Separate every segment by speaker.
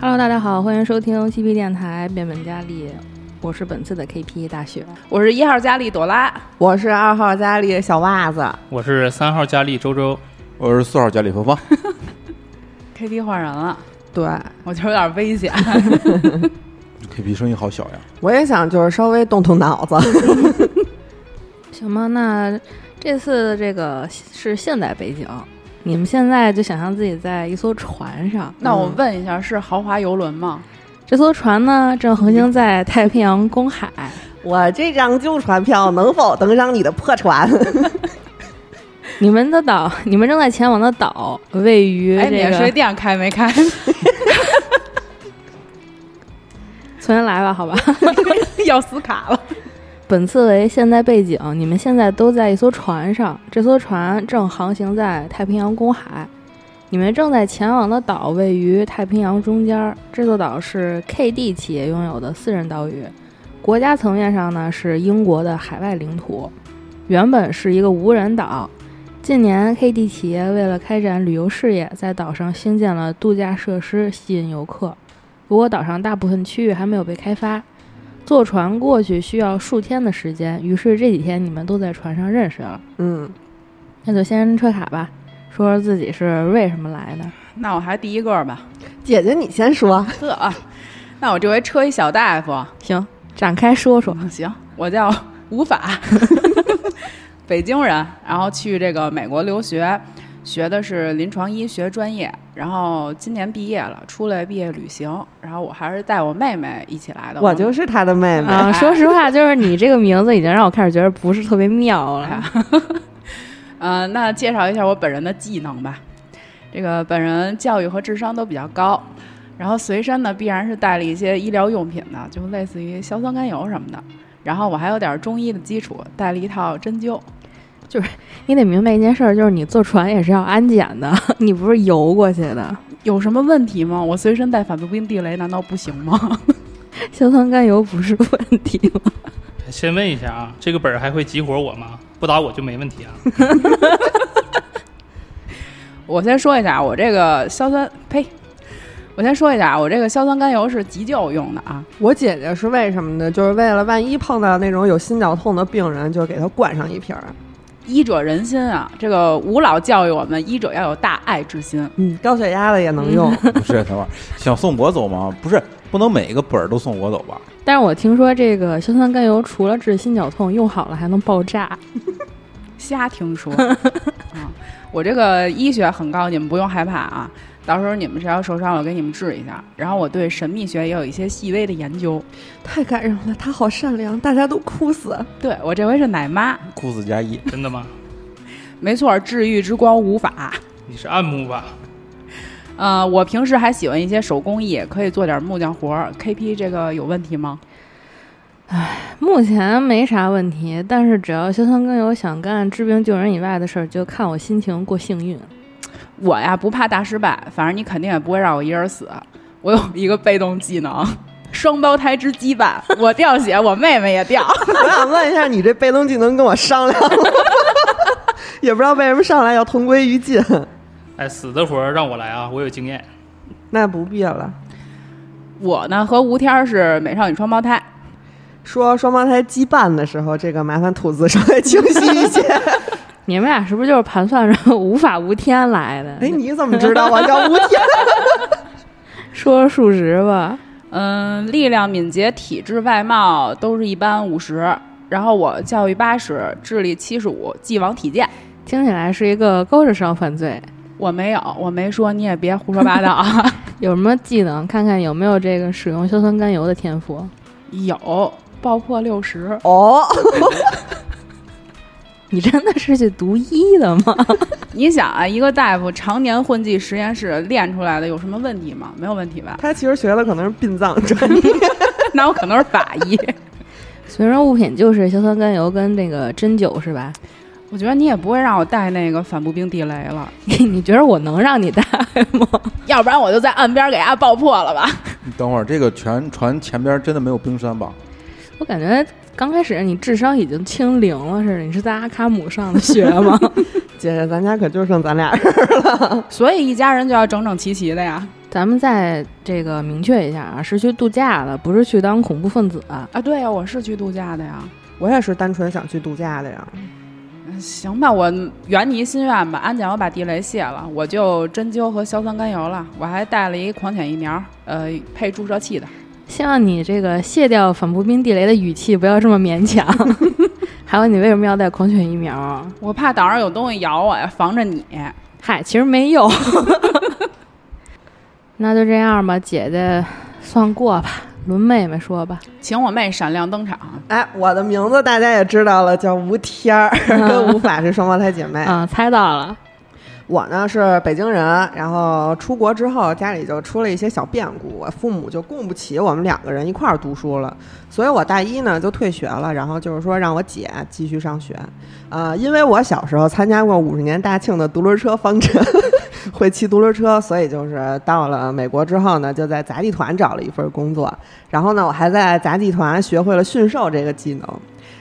Speaker 1: Hello，大家好，欢迎收听 CP 电台变本加厉，我是本次的 KP 大雪，
Speaker 2: 我是一号佳丽朵拉，
Speaker 3: 我是二号佳丽小袜子，
Speaker 4: 我是三号佳丽周周，
Speaker 5: 我是四号家里 芳芳，
Speaker 2: KP 换人了，
Speaker 3: 对
Speaker 2: 我觉得有点危 险。
Speaker 5: KP 声音好小呀，
Speaker 3: 我也想就是稍微动动脑 子，
Speaker 1: 行吧？那这次这个是现代背景，你们现在就想象自己在一艘船上，
Speaker 2: 那我问一下，是豪华游轮吗？
Speaker 1: 这艘船呢正横行在太平洋公海，
Speaker 3: 我这张旧船票能否登上你的破 船？
Speaker 1: 你们的岛，你们正在前往的岛位
Speaker 3: 嗯
Speaker 1: 于
Speaker 2: 哎，
Speaker 1: 这
Speaker 2: 免税
Speaker 1: 个，
Speaker 2: 店开没 开？
Speaker 1: 重新来吧，好吧？
Speaker 2: 要死卡了。
Speaker 1: 本次为现代背景，你们现在都在一艘船上，这艘船正航行在太平洋公海。你们正在前往的岛位于太平洋中间儿，这座岛是 KD 企业拥有的私人岛屿，国家层面上呢是英国的海外领土，原本是一个无人岛。近年，KD 企业为了开展旅游事业，在岛上兴建了度假设施，吸引游客。不过，岛上大部分区域还没有被开发，坐船过去需要数天的时间，于是这几天你们都在船上认识了。
Speaker 3: 嗯，
Speaker 1: 那就先吹卡吧，说说自己是为什么来的。
Speaker 2: 那我还第一个吧，
Speaker 3: 姐姐你先说，
Speaker 2: 呵啊， 那我这回车一小大夫，
Speaker 1: 行，展开说说。
Speaker 3: 嗯
Speaker 2: 行，我叫吴法， 北京人，然后去这个美国留学，学的是临床医学专业，然后今年毕业了，出来毕业旅行，然后我还是带我妹妹一起来的，
Speaker 3: 我就是她的妹妹，
Speaker 1: 啊、说实话，就是你这个名字已经让我开始觉得不是特别妙
Speaker 2: 哎
Speaker 1: 了。
Speaker 2: 呀呃，那介绍一下我本人的技能吧。这个本人教育和智商都比较高，然后随身呢必然是带了一些医疗用品的，就类似于硝酸甘油什么的。然后我还有点中医的基础，带了一套针灸。
Speaker 1: 你得明白一件事儿，就是你坐船也是要安检的， 你不是游过去的。
Speaker 2: 有什么问题吗？我随身带反毒冰地雷难道不行吗？
Speaker 1: 硝酸甘油不是问题吗？
Speaker 4: 先问一下啊，这个本儿还会激活我吗？不打我就没问题啊。
Speaker 2: 我先说一下，我这个硝酸，呸！我先说一下，我这个硝酸甘油是急救用的啊。
Speaker 3: 我姐姐是为什么呢？就是为了万一碰到那种有心绞痛的病人，就给她灌上一瓶儿。
Speaker 2: 医者仁心啊，这个吴老教育我们，医者要有大爱之心。
Speaker 3: 嗯，高血压的也能 用，
Speaker 5: 不是等会儿想送我走吗？不是，不能每个本儿都送我走吧？
Speaker 1: 但是我听说这个硝酸甘油除了治心绞痛，用好了还能爆炸。
Speaker 2: 瞎听说 啊！我这个医学很高，你们不用害怕啊。到时候你们谁要受伤了，我给你们治一下。然后我对神秘学也有一些细微的研究。
Speaker 3: 太感人了，她好善良，大家都哭 死。
Speaker 2: 对我这回是奶妈，
Speaker 5: 裤子加一，
Speaker 4: 真的吗？
Speaker 2: 没错，治愈之光无法。
Speaker 4: 你是暗木吧？
Speaker 2: 呃，我平时还喜欢一些手工艺，可以做点木匠活儿。KP 这个有问题吗？
Speaker 1: 目前没啥问题，但是只要硝酸甘油想干治病救人以外的事儿，就看我心情过幸运。
Speaker 2: 我呀不怕大失败，反正你肯定也不会让我一人死。我有一个被动技能，双胞胎之羁绊，我掉血，我妹妹也掉。
Speaker 3: 我想问一下，你这被动技能跟我商量了吗？ 也不知道为什么上来要同归于尽，
Speaker 4: 哎，死的活儿让我来啊，我有经验。
Speaker 3: 那不必了。
Speaker 2: 我呢和吴天儿是美少女双胞胎。
Speaker 3: 说双胞胎羁绊的时候，这个麻烦吐字稍微清晰一 些。
Speaker 1: 你们俩是不是就是盘算着无法无天来的？
Speaker 3: 哎，你怎么知道我叫吴天？
Speaker 1: 说说属实吧。
Speaker 2: 嗯，力量、敏捷、体质、外貌都是一般五十，然后我教育八十，智力七十五，既往体健。
Speaker 1: 听起来是一个高智商犯罪。
Speaker 2: 我没有，我没说，你也别胡说八道 啊。
Speaker 1: 有什么技能？看看有没有这个使用硝酸甘油的天赋。
Speaker 2: 有爆破六十，
Speaker 3: 哦，？
Speaker 1: 你真的是去读医的 吗？
Speaker 2: 你想啊，一个大夫常年混迹实验室练出来的，有什么问题吗？没有问题吧
Speaker 3: 他其实学的可能是殡葬专业。
Speaker 2: 那我可能是法医。
Speaker 1: 随身物品就是硝酸甘油跟这个针灸是吧？
Speaker 2: 我觉得你也不会让我带那个反步兵地雷了，
Speaker 1: 你觉得我能让你带吗？
Speaker 2: 要不然我就在岸边给它爆破了吧。
Speaker 5: 你等会儿这个全船前边真的没有冰山吧？
Speaker 1: 我感觉刚开始你智商已经清零了似的，你是在阿卡姆上的学吗？
Speaker 3: 姐姐，咱家可就剩咱俩人。
Speaker 2: 所以一家人就要整整齐齐的呀。
Speaker 1: 咱们再这个明确一下啊，是去度假的，不是去当恐怖分子啊。
Speaker 2: 啊，对呀、我是去度假的呀。
Speaker 3: 我也是单纯想去度假的呀。
Speaker 2: 行吧，我圆你一心愿吧。安检我把地雷卸了，我就针灸和硝酸甘油了，我还带了一狂犬疫苗，呃，配注射器的。
Speaker 1: 希望你这个卸掉反步兵地雷的语气，不要这么勉强。还有，你为什么要带狂犬疫苗啊？
Speaker 2: 我怕岛上有东西咬我呀，防着你。
Speaker 1: 嗨，其实没有。那就这样吧，姐姐算过吧，轮妹妹说吧。
Speaker 2: 请我妹闪亮登场。
Speaker 3: 哎，我的名字大家也知道了，叫吴天儿， 跟吴法是双胞胎姐 妹。
Speaker 1: 嗯，猜到了。
Speaker 3: 我呢是北京人，然后出国之后家里就出了一些小变故，我父母就供不起我们两个人一块儿读书了，所以我大一呢就退学了，然后就是说让我姐继续上学，呃，因为我小时候参加过五十年大庆的独轮车方阵， 会骑独轮车，所以就是到了美国之后呢，就在杂技团找了一份工作，然后呢，我还在杂技团学会了驯兽这个技能。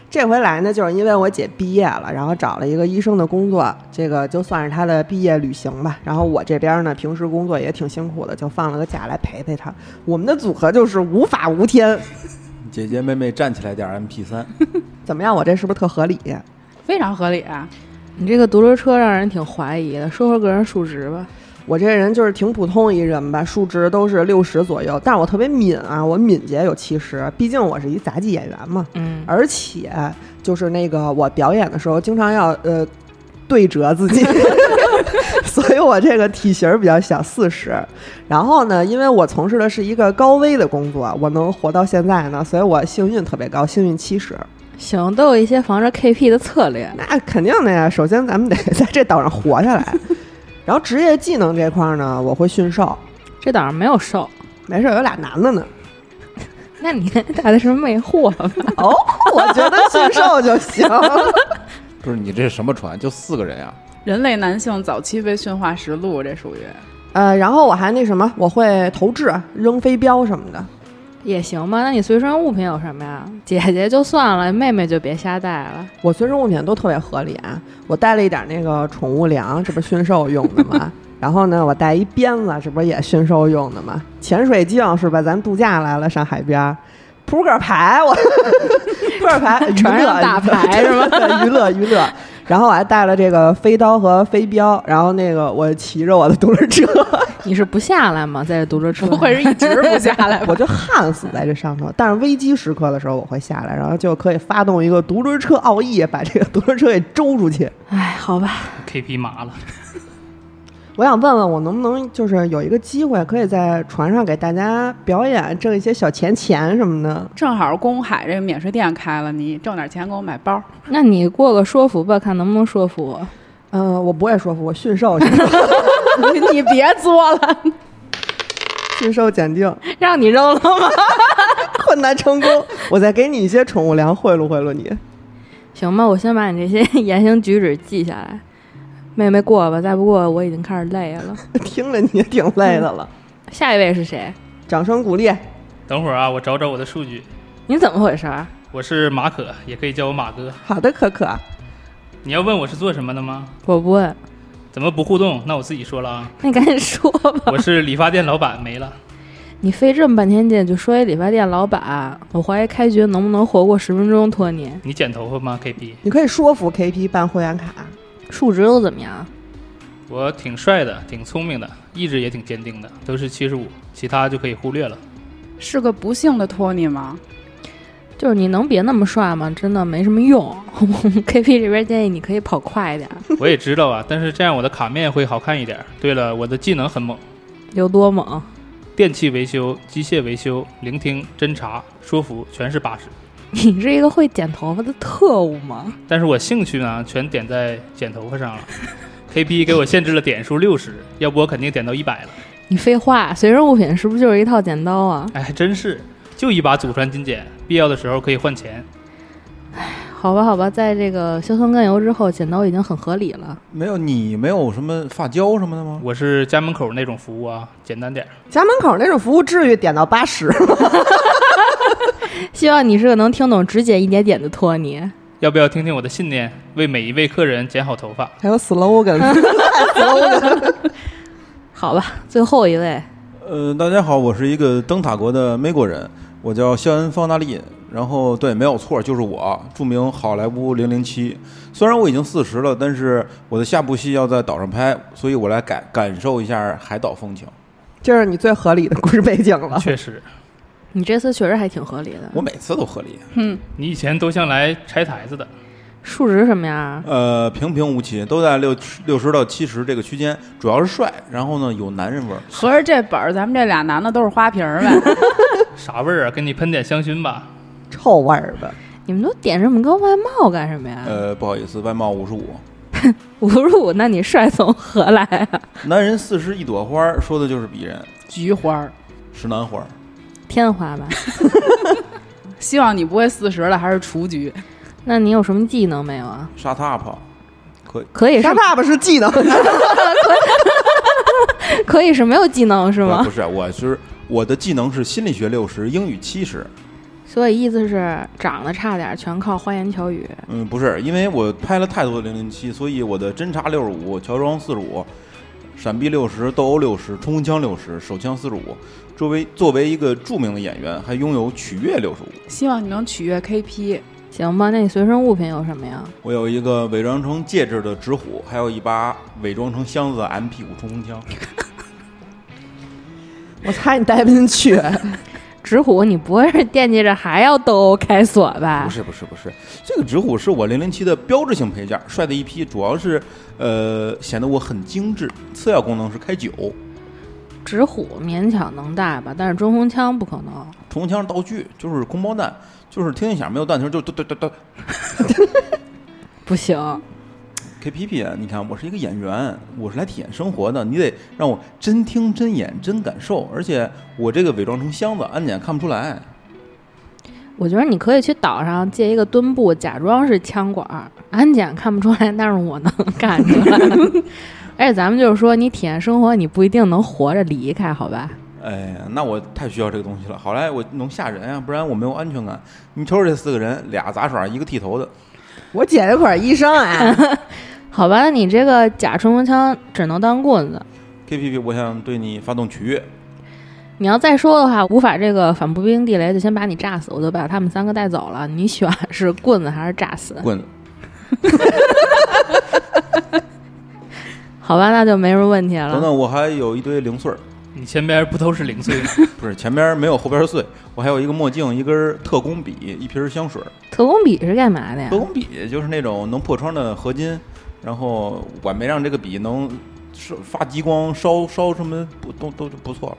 Speaker 3: 这回来呢，就是因为我姐毕业了，然后找了一个医生的工作，这个就算是她的毕业旅行吧。然后我这边呢，平时工作也挺辛苦的，就放了个假来陪陪她。我们的组合就是无法无天，
Speaker 5: 姐姐妹妹站起来点 MP 三，
Speaker 3: 怎么样？我这是不是特合理？
Speaker 2: 非常合理啊！
Speaker 1: 你这个独轮车让人挺怀疑的，说说个人数值吧。
Speaker 3: 我这人就是挺普通一人吧，数值都是六十左右，但是我特别敏啊，我敏捷有七十，毕竟我是一杂技演员嘛。
Speaker 1: 嗯，
Speaker 3: 而且就是那个我表演的时候，经常要呃对折自己， 所以我这个体型儿比较小，四十。然后呢，因为我从事的是一个高危的工作，我能活到现在呢，所以我幸运特别高，幸运七十。
Speaker 1: 行，都有一些防着 KP 的策略。
Speaker 3: 那肯定的呀，首先咱们得在这岛上活下来。然后职业技能这块儿呢，我会驯兽，
Speaker 1: 这岛上没有兽，
Speaker 3: 没事儿有俩男的呢。
Speaker 1: 那你带的是魅惑吧？
Speaker 3: 哦，我觉得驯兽就行。
Speaker 5: 不是你这什么船？就四个人啊？
Speaker 2: 人类男性早期被驯化实录，这属于
Speaker 3: 呃，然后我还那什么，我会投掷、扔飞镖什么的。
Speaker 1: 也行吧。那你随身物品有什么呀？姐姐就算了，妹妹就别瞎带了。
Speaker 3: 我随身物品都特别合理啊，我带了一点那个宠物粮，这不是驯兽用的 吗？然后呢，我带一鞭子，这不是也驯兽用的吗？潜水镜是吧？咱度假来了，上海边儿，扑克牌 我扑克牌，娱
Speaker 1: 船上
Speaker 3: 乐
Speaker 1: 打牌是吗？
Speaker 3: 娱乐娱乐。然后我还带了这个飞刀和飞镖，然后那个我骑着我的独轮车，
Speaker 1: 你是不下来吗？在这独轮车？
Speaker 2: 不会是一直不下 来吧？
Speaker 3: 我就焊死在这上头。但是危机时刻的时候我会下来，然后就可以发动一个独轮车奥义，把这个独轮车给周出去。
Speaker 1: 哎，好吧，
Speaker 4: KP 麻了，
Speaker 3: 我想问问我能不能就是有一个机会，可以在船上给大家表演挣一些小钱钱什么的。
Speaker 2: 正好公海这个免税店开了，你挣点钱给我买包。
Speaker 1: 那你过个说服吧，看能不能说服我。
Speaker 3: 嗯、我不会说服，我驯 兽去，
Speaker 2: 你别作了，
Speaker 3: 驯兽检定
Speaker 1: 让你扔了吗？
Speaker 3: 困难成功。我再给你一些宠物粮贿赂贿赂你。
Speaker 1: 行吧，我先把你这些 言行举止记下来。妹妹过吧，再不过我已经开始累了。
Speaker 3: 听着你也挺累的了，
Speaker 1: 下一位是谁？
Speaker 3: 掌声鼓励。
Speaker 4: 等会儿啊，我找找我的数据。
Speaker 1: 你怎么回事儿？
Speaker 4: 我是马可，也可以叫我马哥。
Speaker 3: 好的，可可，
Speaker 4: 你要问我是做什么的吗？
Speaker 1: 我不问，
Speaker 4: 怎么不互动？那我自己说 了啊，
Speaker 1: 那你赶紧说吧。
Speaker 4: 我是理发店老板，没了。
Speaker 1: 你费这么半天劲就说一理发店老板，我怀疑开局能不能活过十分钟，托尼。
Speaker 4: 你剪头发吗，KP？
Speaker 3: 你可以说服 KP 办会员卡。
Speaker 1: 数值又怎么样？
Speaker 4: 我挺帅的，挺聪明的，意志也挺坚定的，都是七十五，其他就可以忽略了。
Speaker 2: 是个不幸的托尼吗？
Speaker 1: 就是你能别那么帅吗？真的没什么用。我们 KP 这边建议你可以跑快一点，
Speaker 4: 我也知道啊，但是这样我的卡面会好看一点。对了，我的技能很猛，
Speaker 1: 有多猛？
Speaker 4: 电器维修、机械维修、聆听、侦查、说服，全是八十。
Speaker 1: 你是一个会剪头发的特务吗？
Speaker 4: 但是我兴趣呢，全点在剪头发上了。KP 给我限制了点数六十，要不我肯定点到一百了。
Speaker 1: 你废话，随身物品是不是就是一套剪刀啊？
Speaker 4: 哎，还真是，就一把祖传金剪，必要的时候可以换钱。
Speaker 1: 好吧，好吧，在这个硝酸甘油之后，剪刀已经很合理了。
Speaker 5: 没有你没有什么发胶什么的吗？
Speaker 4: 我是家门口那种服务啊，简单点儿。
Speaker 3: 家门口那种服务至于点到八十 吗？
Speaker 1: 希望你是个能听懂只剪一点点的托尼。
Speaker 4: 要不要听听我的信念？为每一位客人剪好头发。
Speaker 3: 还有 slogan，slogan
Speaker 1: 好吧，最后一位，
Speaker 5: 呃，大家好，我是一个灯塔国的美国人，我叫肖恩·方大利。然后对，没有错，就是我，著名好莱坞零零七。虽然我已经四十了，但是我的下部戏要在岛上拍，所以我来感感受一下海岛风情。
Speaker 3: 这是你最合理的故事背景了。
Speaker 4: 确实，
Speaker 1: 你这次确实还挺合理的。
Speaker 5: 我每次都合理，
Speaker 4: 你以前都像来拆台子的，
Speaker 1: 数值什么样？
Speaker 5: 呃，平平无奇，都在六六十到七十这个区间，主要是帅，然后呢有男人味儿。
Speaker 2: 合着这本儿，咱们这俩男的都是花瓶儿呗？
Speaker 4: 啥味儿啊？给你喷点香薰吧。
Speaker 3: 臭味儿的，
Speaker 1: 你们都点这么高外貌干什么呀？
Speaker 5: 呃，不好意思，外貌五十五，
Speaker 1: 五十五，那你帅从何来 啊？
Speaker 5: 男人四十一朵花儿，说的就是鄙人，
Speaker 2: 菊花儿，
Speaker 5: 石楠花儿。
Speaker 1: 天花吧？
Speaker 2: 希望你不会四十了还是雏菊。
Speaker 1: 那你有什么技能没有啊？
Speaker 5: Shut up，可以，
Speaker 1: 可以是
Speaker 3: 他爸爸是技能，
Speaker 1: 可以是没有技能是
Speaker 5: 呃
Speaker 1: 吗
Speaker 5: 不？是，我是我的技能是心理学六十，英语七十。
Speaker 1: 所以意思是长得差点儿全靠花言巧语。
Speaker 5: 嗯，不是，因为我拍了太多的零零七，所以我的侦查六十五，乔装四十五，闪避六十，斗殴六十，冲锋枪六十，手枪四十五。作为作为一个著名的演员，还拥有取悦六十五。
Speaker 2: 希望你能取悦 KP。
Speaker 1: 行吧，那你随身物品有什么呀？
Speaker 5: 我有一个伪装成戒指的纸虎，还有一把伪装成箱子的 MP 五冲锋枪。
Speaker 3: 我猜你带不进去。
Speaker 1: 纸虎，你不会是惦记着还要斗殴开锁吧
Speaker 5: 不？是不是不是，这个纸虎是我零零七的标志性配件，帅的一批，主要是呃显得我很精致。次要功能是开酒，
Speaker 1: 纸虎勉强能带吧，但是冲锋枪不可能。
Speaker 5: 冲锋枪是道具，就是空包弹，就是听一响没有弹头就嘟嘟嘟嘟
Speaker 1: 不行，
Speaker 5: KPP 啊！你看我是一个演员，我是来体验生活的，你得让我真听真演真感受，而且我这个伪装成箱子，安检看不出来。
Speaker 1: 我觉得你可以去岛上借一个墩布，假装是枪管儿，安检看不出来，但是我能看出来。而且咱们就是说，你体验生活，你不一定能活着离开，好吧？
Speaker 5: 哎呀，那我太需要这个东西了。好赖我能吓人啊，不然我没有安全感。你瞅瞅这四个人，俩杂耍，一个剃头的，
Speaker 3: 我姐姐可是医生啊，
Speaker 1: 好吧，那你这个假冲锋枪只能当棍子。
Speaker 5: KPP，我想对你发动取悦。
Speaker 1: 你要再说的话，无法这个反步兵地雷就先把你炸死，我就把他们三个带走了。你选是棍子还是炸死？
Speaker 5: 棍，
Speaker 1: 好吧，那就没什么问题了。
Speaker 5: 等等，我还有一堆零碎儿，
Speaker 4: 你前边不都是零碎吗？
Speaker 5: 不是前边没有后边碎。我还有一个墨镜，一根特工笔，一瓶香水。
Speaker 1: 特工笔是干嘛的呀
Speaker 5: 特？工笔就是那种能破窗的合金，然后我没让这个笔能烧发激光、烧烧什么不都都就不错了。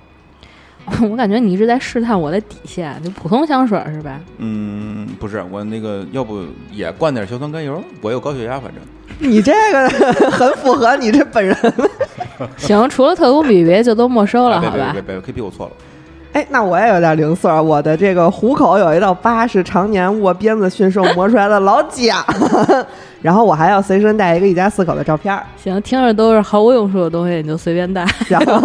Speaker 1: 我感觉你一直在试探我的底线，就普通香水是吧？
Speaker 5: 嗯，不是我那个，要不也灌点硝酸甘油？我有高血压，反正
Speaker 3: 你这个 很符合你这本人。
Speaker 1: 行，除了特工笔，别的就都没收了，
Speaker 5: 哎别
Speaker 1: 好
Speaker 5: 别
Speaker 1: 吧
Speaker 5: 别？别别，K P 我错了。
Speaker 3: 哎，那我也有点零碎儿。我的这个虎口有一道疤，是常年握鞭子驯兽磨出来的老茧。 然后我还要随身带一个一家四口的照片儿。
Speaker 1: 行，听着都是毫无用处的东西，你就随便带。
Speaker 3: 然后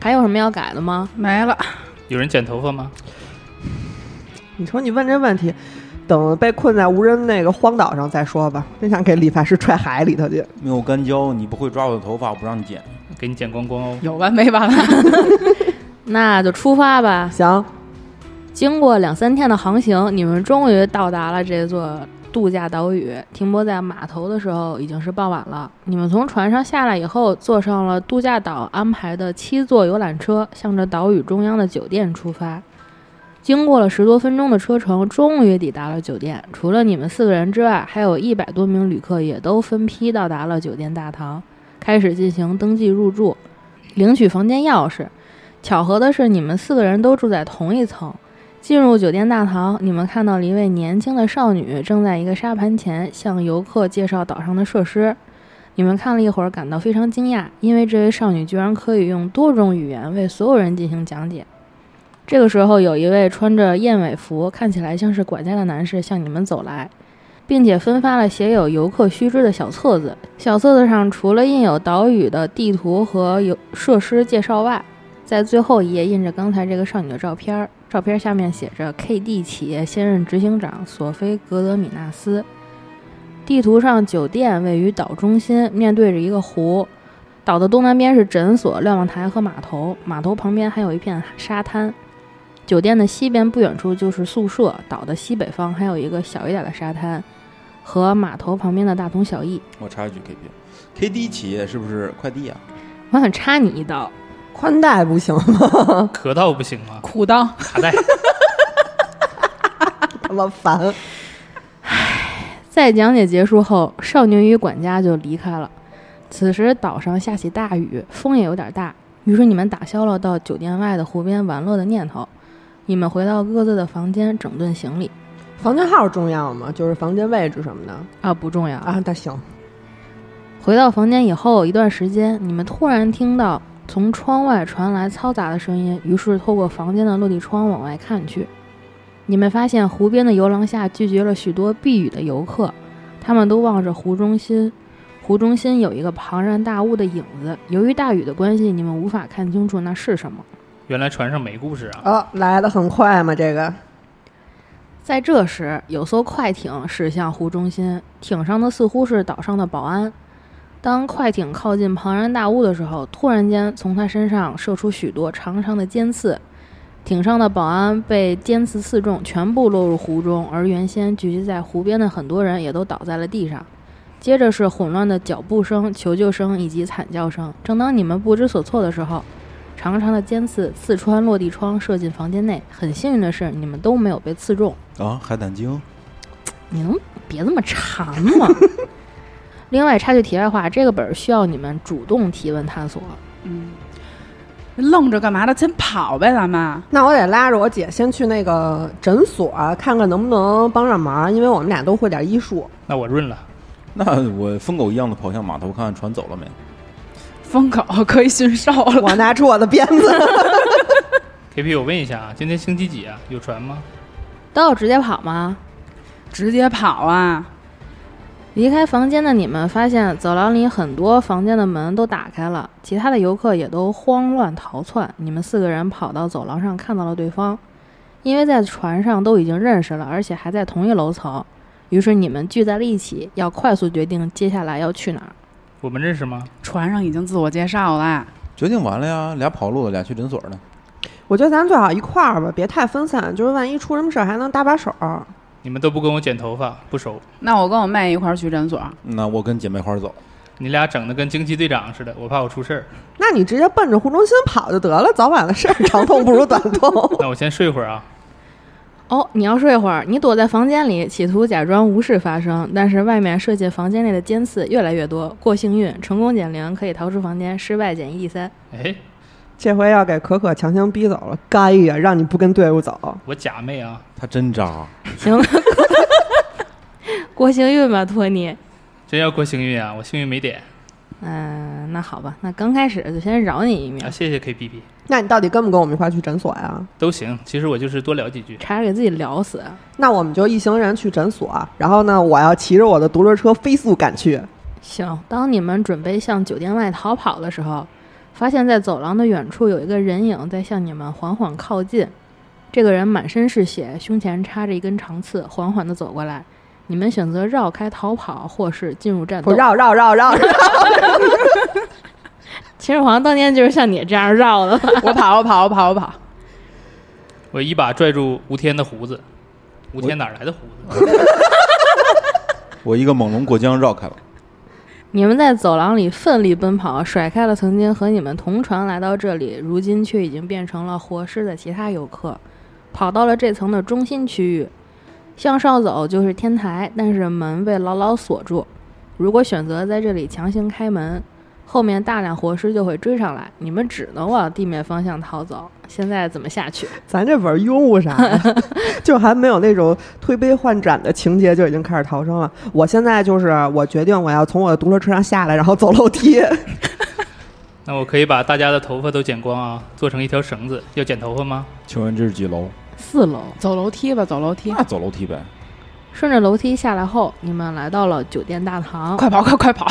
Speaker 1: 还有什么要改的吗？
Speaker 2: 没了，
Speaker 4: 有人剪头发吗？
Speaker 3: 你瞅你问这问题，等被困在无人那个荒岛上再说吧。真想给理发师踹海里头去。
Speaker 5: 没有干胶，你不会抓我的头发，我不让你剪。
Speaker 4: 给你剪光光哦。
Speaker 2: 有完没完了？
Speaker 1: 那就出发吧。
Speaker 3: 行，
Speaker 1: 经过两三天的航行，你们终于到达了这座度假岛屿。停泊在码头的时候已经是傍晚了。你们从船上下来以后，坐上了度假岛安排的七座游览车，向着岛屿中央的酒店出发。经过了十多分钟的车程，终于抵达了酒店。除了你们四个人之外，还有一百多名旅客也都分批到达了酒店大堂，开始进行登记入住，领取房间钥匙。巧合的是，你们四个人都住在同一层。进入酒店大堂，你们看到了一位年轻的少女正在一个沙盘前向游客介绍岛上的设施。你们看了一会儿，感到非常惊讶，因为这位少女居然可以用多种语言为所有人进行讲解。这个时候，有一位穿着燕尾服、看起来像是管家的男士向你们走来。并且分发了写有游客须知的小册子。小册子上除了印有岛屿的地图和游设施介绍外，在最后一页印着刚才这个少女的照片儿，照片下面写着 KD 企业现任执行长索菲·格德米纳斯。地图上酒店位于岛中心，面对着一个湖。岛的东南边是诊所、瞭望台和码头，码头旁边还有一片沙滩。酒店的西边不远处就是宿舍，岛的西北方还有一个小一点的沙滩，和码头旁边的大同小异。
Speaker 5: 我插一句，KP，KD 企业是不是快递啊？
Speaker 1: 我想插你一刀，
Speaker 3: 宽带不行吗？
Speaker 4: 可倒不行啊，
Speaker 2: 裤裆，
Speaker 4: 卡带。
Speaker 3: 他妈烦！
Speaker 1: 在讲解结束后，少女与管家就离开了。此时岛上下起大雨，风也有点大，于是你们打消了到酒店外的湖边玩乐的念头。你们回到各自的房间整顿行李
Speaker 3: 房间号重要吗？就是房间位置什么的
Speaker 1: 啊，不重要。
Speaker 3: 啊？那行，
Speaker 1: 回到房间以后一段时间，你们突然听到从窗外传来嘈杂的声音，于是透过房间的落地窗往外看去，你们发现湖边的游廊下聚集了许多避雨的游客，他们都望着湖中心。湖中心有一个庞然大物的影子，由于大雨的关系，你们无法看清楚那是什么。
Speaker 4: 原来船上没故事啊，
Speaker 3: 哦，来的很快嘛，这个
Speaker 1: 在这时，有艘快艇驶向湖中心，艇上的似乎是岛上的保安。当快艇靠近庞然大物的时候，突然间从它身上射出许多长长的尖刺，艇上的保安被尖刺刺中，全部落入湖中，而原先聚集在湖边的很多人也都倒在了地上。接着是混乱的脚步声、求救声以及惨叫声。正当你们不知所措的时候，长长的尖刺刺穿落地窗，射进房间内。很幸运的是，你们都没有被刺中。
Speaker 5: 啊，海胆经
Speaker 1: 你能别这么馋吗？另外插句题外话，这个本儿需要你们主动提问探索。
Speaker 2: 嗯，愣着干嘛呢？先跑呗，咱们。
Speaker 3: 那我得拉着我姐先去那个诊所啊看看能不能帮上忙，因为我们俩都会点医术。
Speaker 4: 那我润了。
Speaker 5: 那我疯狗一样的跑向码头，看看船走了没。
Speaker 2: 风口可以驯兽了。
Speaker 3: 我拿出我的鞭子，
Speaker 4: KP，我问一下啊，今天星期几啊？有船吗？
Speaker 1: 都要直接跑吗？
Speaker 2: 直接跑啊！
Speaker 1: 离开房间的你们发现走廊里很多房间的门都打开了，其他的游客也都慌乱逃窜。你们四个人跑到走廊上，看到了对方，因为在船上都已经认识了，而且还在同一楼层，于是你们聚在了一起，要快速决定接下来要去哪儿。
Speaker 4: 我们认识吗？
Speaker 2: 船上已经自我介绍了，
Speaker 5: 决定完了呀，俩跑路了，俩去诊所了。
Speaker 3: 我觉得咱最好一块儿吧，别太分散，就是万一出什么事儿还能搭把手。
Speaker 4: 你们都不跟我剪头发，不熟。
Speaker 2: 那我跟我妹一块儿去诊所。
Speaker 5: 那我跟姐妹花走，
Speaker 4: 你俩整的跟惊奇队长似的，我怕我出事儿。
Speaker 3: 那你直接奔着湖中心跑就得了，早晚的事儿，长痛不如短痛。
Speaker 4: 那我先睡会儿啊。
Speaker 1: 哦，你要睡会儿，你躲在房间里，企图假装无事发生，但是外面射进房间内的尖刺越来越多。过幸运，成功减零，可以逃出房间；失败减一 d 三。
Speaker 4: 哎，
Speaker 3: 这回要给可可强行逼走了，该呀，让你不跟队伍走。
Speaker 4: 我假寐啊，
Speaker 5: 她真渣。
Speaker 1: 行，过幸运吧，托尼。
Speaker 4: 真要过幸运啊！我幸运没点
Speaker 1: 嗯、那好吧，那刚开始就先饶你一命
Speaker 4: 啊，，谢谢 KPP，
Speaker 3: 那你到底跟不跟我们一块儿去诊所呀？
Speaker 4: 都行。其实我就是多聊几句。
Speaker 1: 差点给自己聊死。
Speaker 3: 那我们就一行人去诊所，啊然后呢，我要骑着我的独轮车飞速赶去。
Speaker 1: 行，当你们准备向酒店外逃跑的时候，发现在走廊的远处有一个人影在向你们缓缓靠近。这个人满身是血，胸前插着一根长刺，缓缓地走过来。你们选择绕开逃跑，或是进入战
Speaker 3: 不
Speaker 1: 斗。
Speaker 3: 绕绕绕绕，绕
Speaker 1: 秦始皇当年就是像你这样绕的吧。
Speaker 2: 我跑，我跑，我跑，我跑。
Speaker 4: 我一把拽住吴天的胡子，吴天哪来的胡子？
Speaker 5: 我一个猛龙过江绕开了。
Speaker 1: 你们在走廊里奋力奔跑，甩开了曾经和你们同船来到这里，如今却已经变成了活尸的其他游客，跑到了这层的中心区域。向上走就是天台，但是门被牢牢锁住。如果选择在这里强行开门，后面大量活尸就会追上来，你们只能往地面方向逃走。现在怎么下去？
Speaker 3: 咱这本儿拥护啥 呀？就还没有那种推杯换盏的情节，就已经开始逃生了。我现在就是，我决定我要从我的独轮车上下来，然后走楼梯。
Speaker 4: 那我可以把大家的头发都剪光啊，做成一条绳子。要剪头发吗？
Speaker 5: 请问这是几楼？
Speaker 1: 四楼，
Speaker 2: 走楼梯吧，走楼梯。
Speaker 5: 那走楼梯呗。
Speaker 1: 顺着楼梯下来后，你们来到了酒店大堂。
Speaker 2: 快跑，快快跑！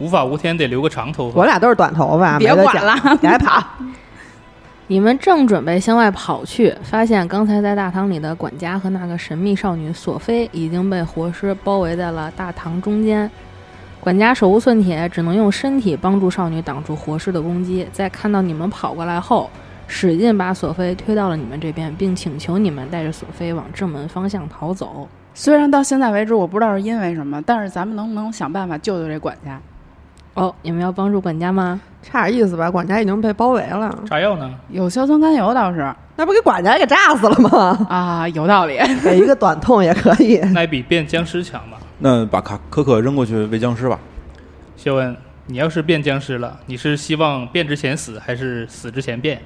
Speaker 4: 无法无天得留个长头
Speaker 3: 我
Speaker 4: 发。
Speaker 3: 俩都是短头发，
Speaker 2: 别
Speaker 3: 没得
Speaker 2: 管
Speaker 3: 讲
Speaker 2: 了，
Speaker 3: 你还跑。
Speaker 1: 你们正准备向外跑去，发现刚才在大堂里的管家和那个神秘少女索菲已经被活尸包围在了大堂中间。管家手无寸铁，只能用身体帮助少女挡住活尸的攻击。在看到你们跑过来后，使劲把索菲推到了你们这边，并请求你们带着索菲往正门方向逃走。
Speaker 2: 虽然到现在为止我不知道是因为什么，但是咱们能不能想办法救救这管家？
Speaker 1: 哦，你们要帮助管家吗？
Speaker 3: 差点意思吧，管家已经被包围了，
Speaker 4: 炸药呢？
Speaker 2: 有硝酸甘油倒是
Speaker 3: 那不给管家给炸死了吗？
Speaker 2: 啊，有道理。
Speaker 3: 给一个短痛也可以。
Speaker 4: 那比变僵尸强吧？
Speaker 5: 那把卡可可扔过去喂僵尸吧。
Speaker 4: 谢问，你要是变僵尸了，你是希望变之前死，还是死之前变？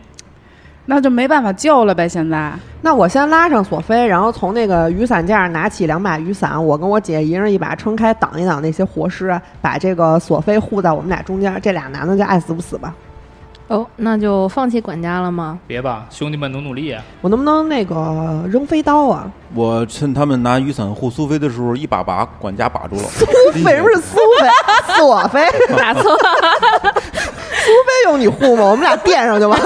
Speaker 2: 那就没办法救了呗，现在
Speaker 3: 那我先拉上索菲，然后从那个雨伞架上拿起两把雨伞，我跟我姐一人一把撑开，挡一挡那些活尸，把这个索菲护在我们俩中间。这俩男的就爱死不死吧。
Speaker 1: 哦，那就放弃管家了吗？
Speaker 4: 别吧，兄弟们努努力啊呀、
Speaker 3: 我能不能那个扔飞刀 啊？
Speaker 5: 我趁他们拿雨伞护苏菲的时候，一把把管家把住了。苏
Speaker 3: 为什么是苏 菲？索菲？
Speaker 1: 打错了，
Speaker 3: 苏菲用你护吗？我们俩垫上去吧。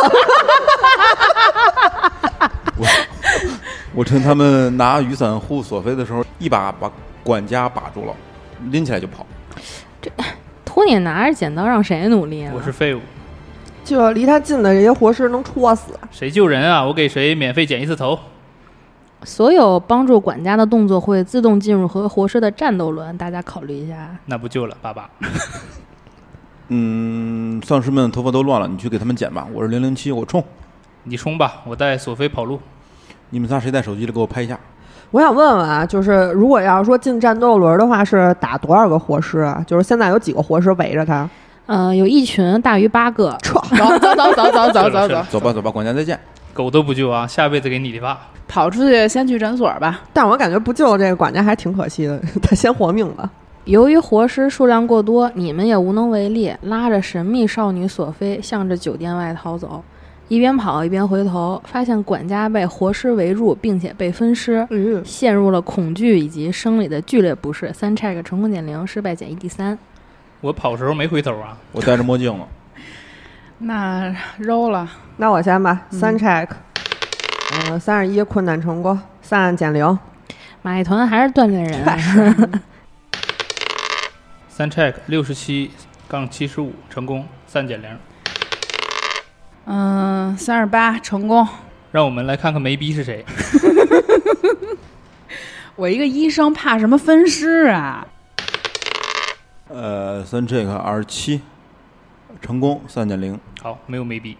Speaker 5: 我趁他们拿雨伞护索菲的时候，一把把管家把住了，拎起来就跑。
Speaker 1: 托尼拿着剪刀让谁努力啊？
Speaker 4: 我是废物，
Speaker 3: 就离他近的这些活尸能戳死。
Speaker 4: 谁救人啊？我给谁免费剪一次头？
Speaker 1: 所有帮助管家的动作会自动进入和活尸的战斗轮，大家考虑一下。
Speaker 4: 那不救了，爸爸。
Speaker 5: 嗯，丧尸们头发都乱了，你去给他们剪吧。我是零零七，我冲！
Speaker 4: 你冲吧，我带索菲跑路。
Speaker 5: 你们仨谁带手机了？给我拍一下。
Speaker 3: 我想问问啊，就是如果要是说进战斗轮的话，是打多少个活尸啊？就是现在有几个活尸围着他？
Speaker 1: 呃，有一群大于八个，
Speaker 2: 走走走走走走走走，
Speaker 5: 走吧，走吧，管家再见。
Speaker 4: 狗都不救啊，下辈子给你理发。
Speaker 2: 跑出去先去诊所吧。
Speaker 3: 但我感觉不救这个管家还挺可惜的， 他先活命了。
Speaker 1: 由于活尸数量过多，你们也无能为力，拉着神秘少女索菲向着酒店外逃走，一边跑一边回头，发现管家被活尸围住，并且被分尸，
Speaker 3: 嗯，
Speaker 1: 陷入了恐惧以及生理的剧烈不适。三 check 成功减零，失败减一第三。
Speaker 4: 我跑时候没回头啊，
Speaker 5: 我戴着墨镜了，
Speaker 2: 那揉了，
Speaker 3: 那我先吧，三 check，嗯，三十一困难成功，三减零，
Speaker 1: 马戏团还是锻炼人啊，
Speaker 4: 三 check 六十七杠七十五成功，三减零。
Speaker 2: 嗯，三十八成功。
Speaker 4: 让我们来看看没逼是谁。
Speaker 2: 我一个医生怕什么分尸啊？
Speaker 5: 呃，三 check 二十七，成功三点零。
Speaker 4: 好，没有没逼。？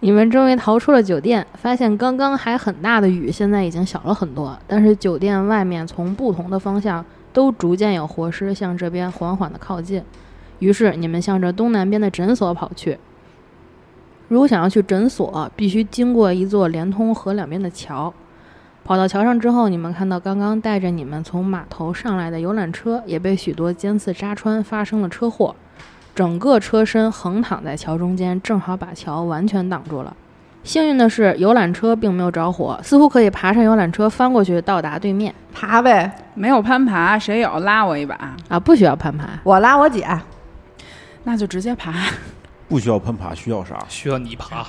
Speaker 1: 你们终于逃出了酒店，发现刚刚还很大的雨，现在已经小了很多。但是酒店外面从不同的方向都逐渐有活尸向这边缓缓的靠近，于是你们向着东南边的诊所跑去。如果想要去诊所，必须经过一座连通河两边的桥。跑到桥上之后，你们看到刚刚带着你们从码头上来的游览车也被许多尖刺扎穿，发生了车祸。整个车身横躺在桥中间，正好把桥完全挡住了。幸运的是，游览车并没有着火，似乎可以爬上游览车翻过去到达对面
Speaker 3: 爬呗，
Speaker 2: 没有攀爬，谁有拉我一把？
Speaker 1: 啊，不需要攀爬。
Speaker 3: 我拉我姐，
Speaker 2: 那就直接爬。
Speaker 5: 不需要攀爬，需要啥
Speaker 4: 需要你爬，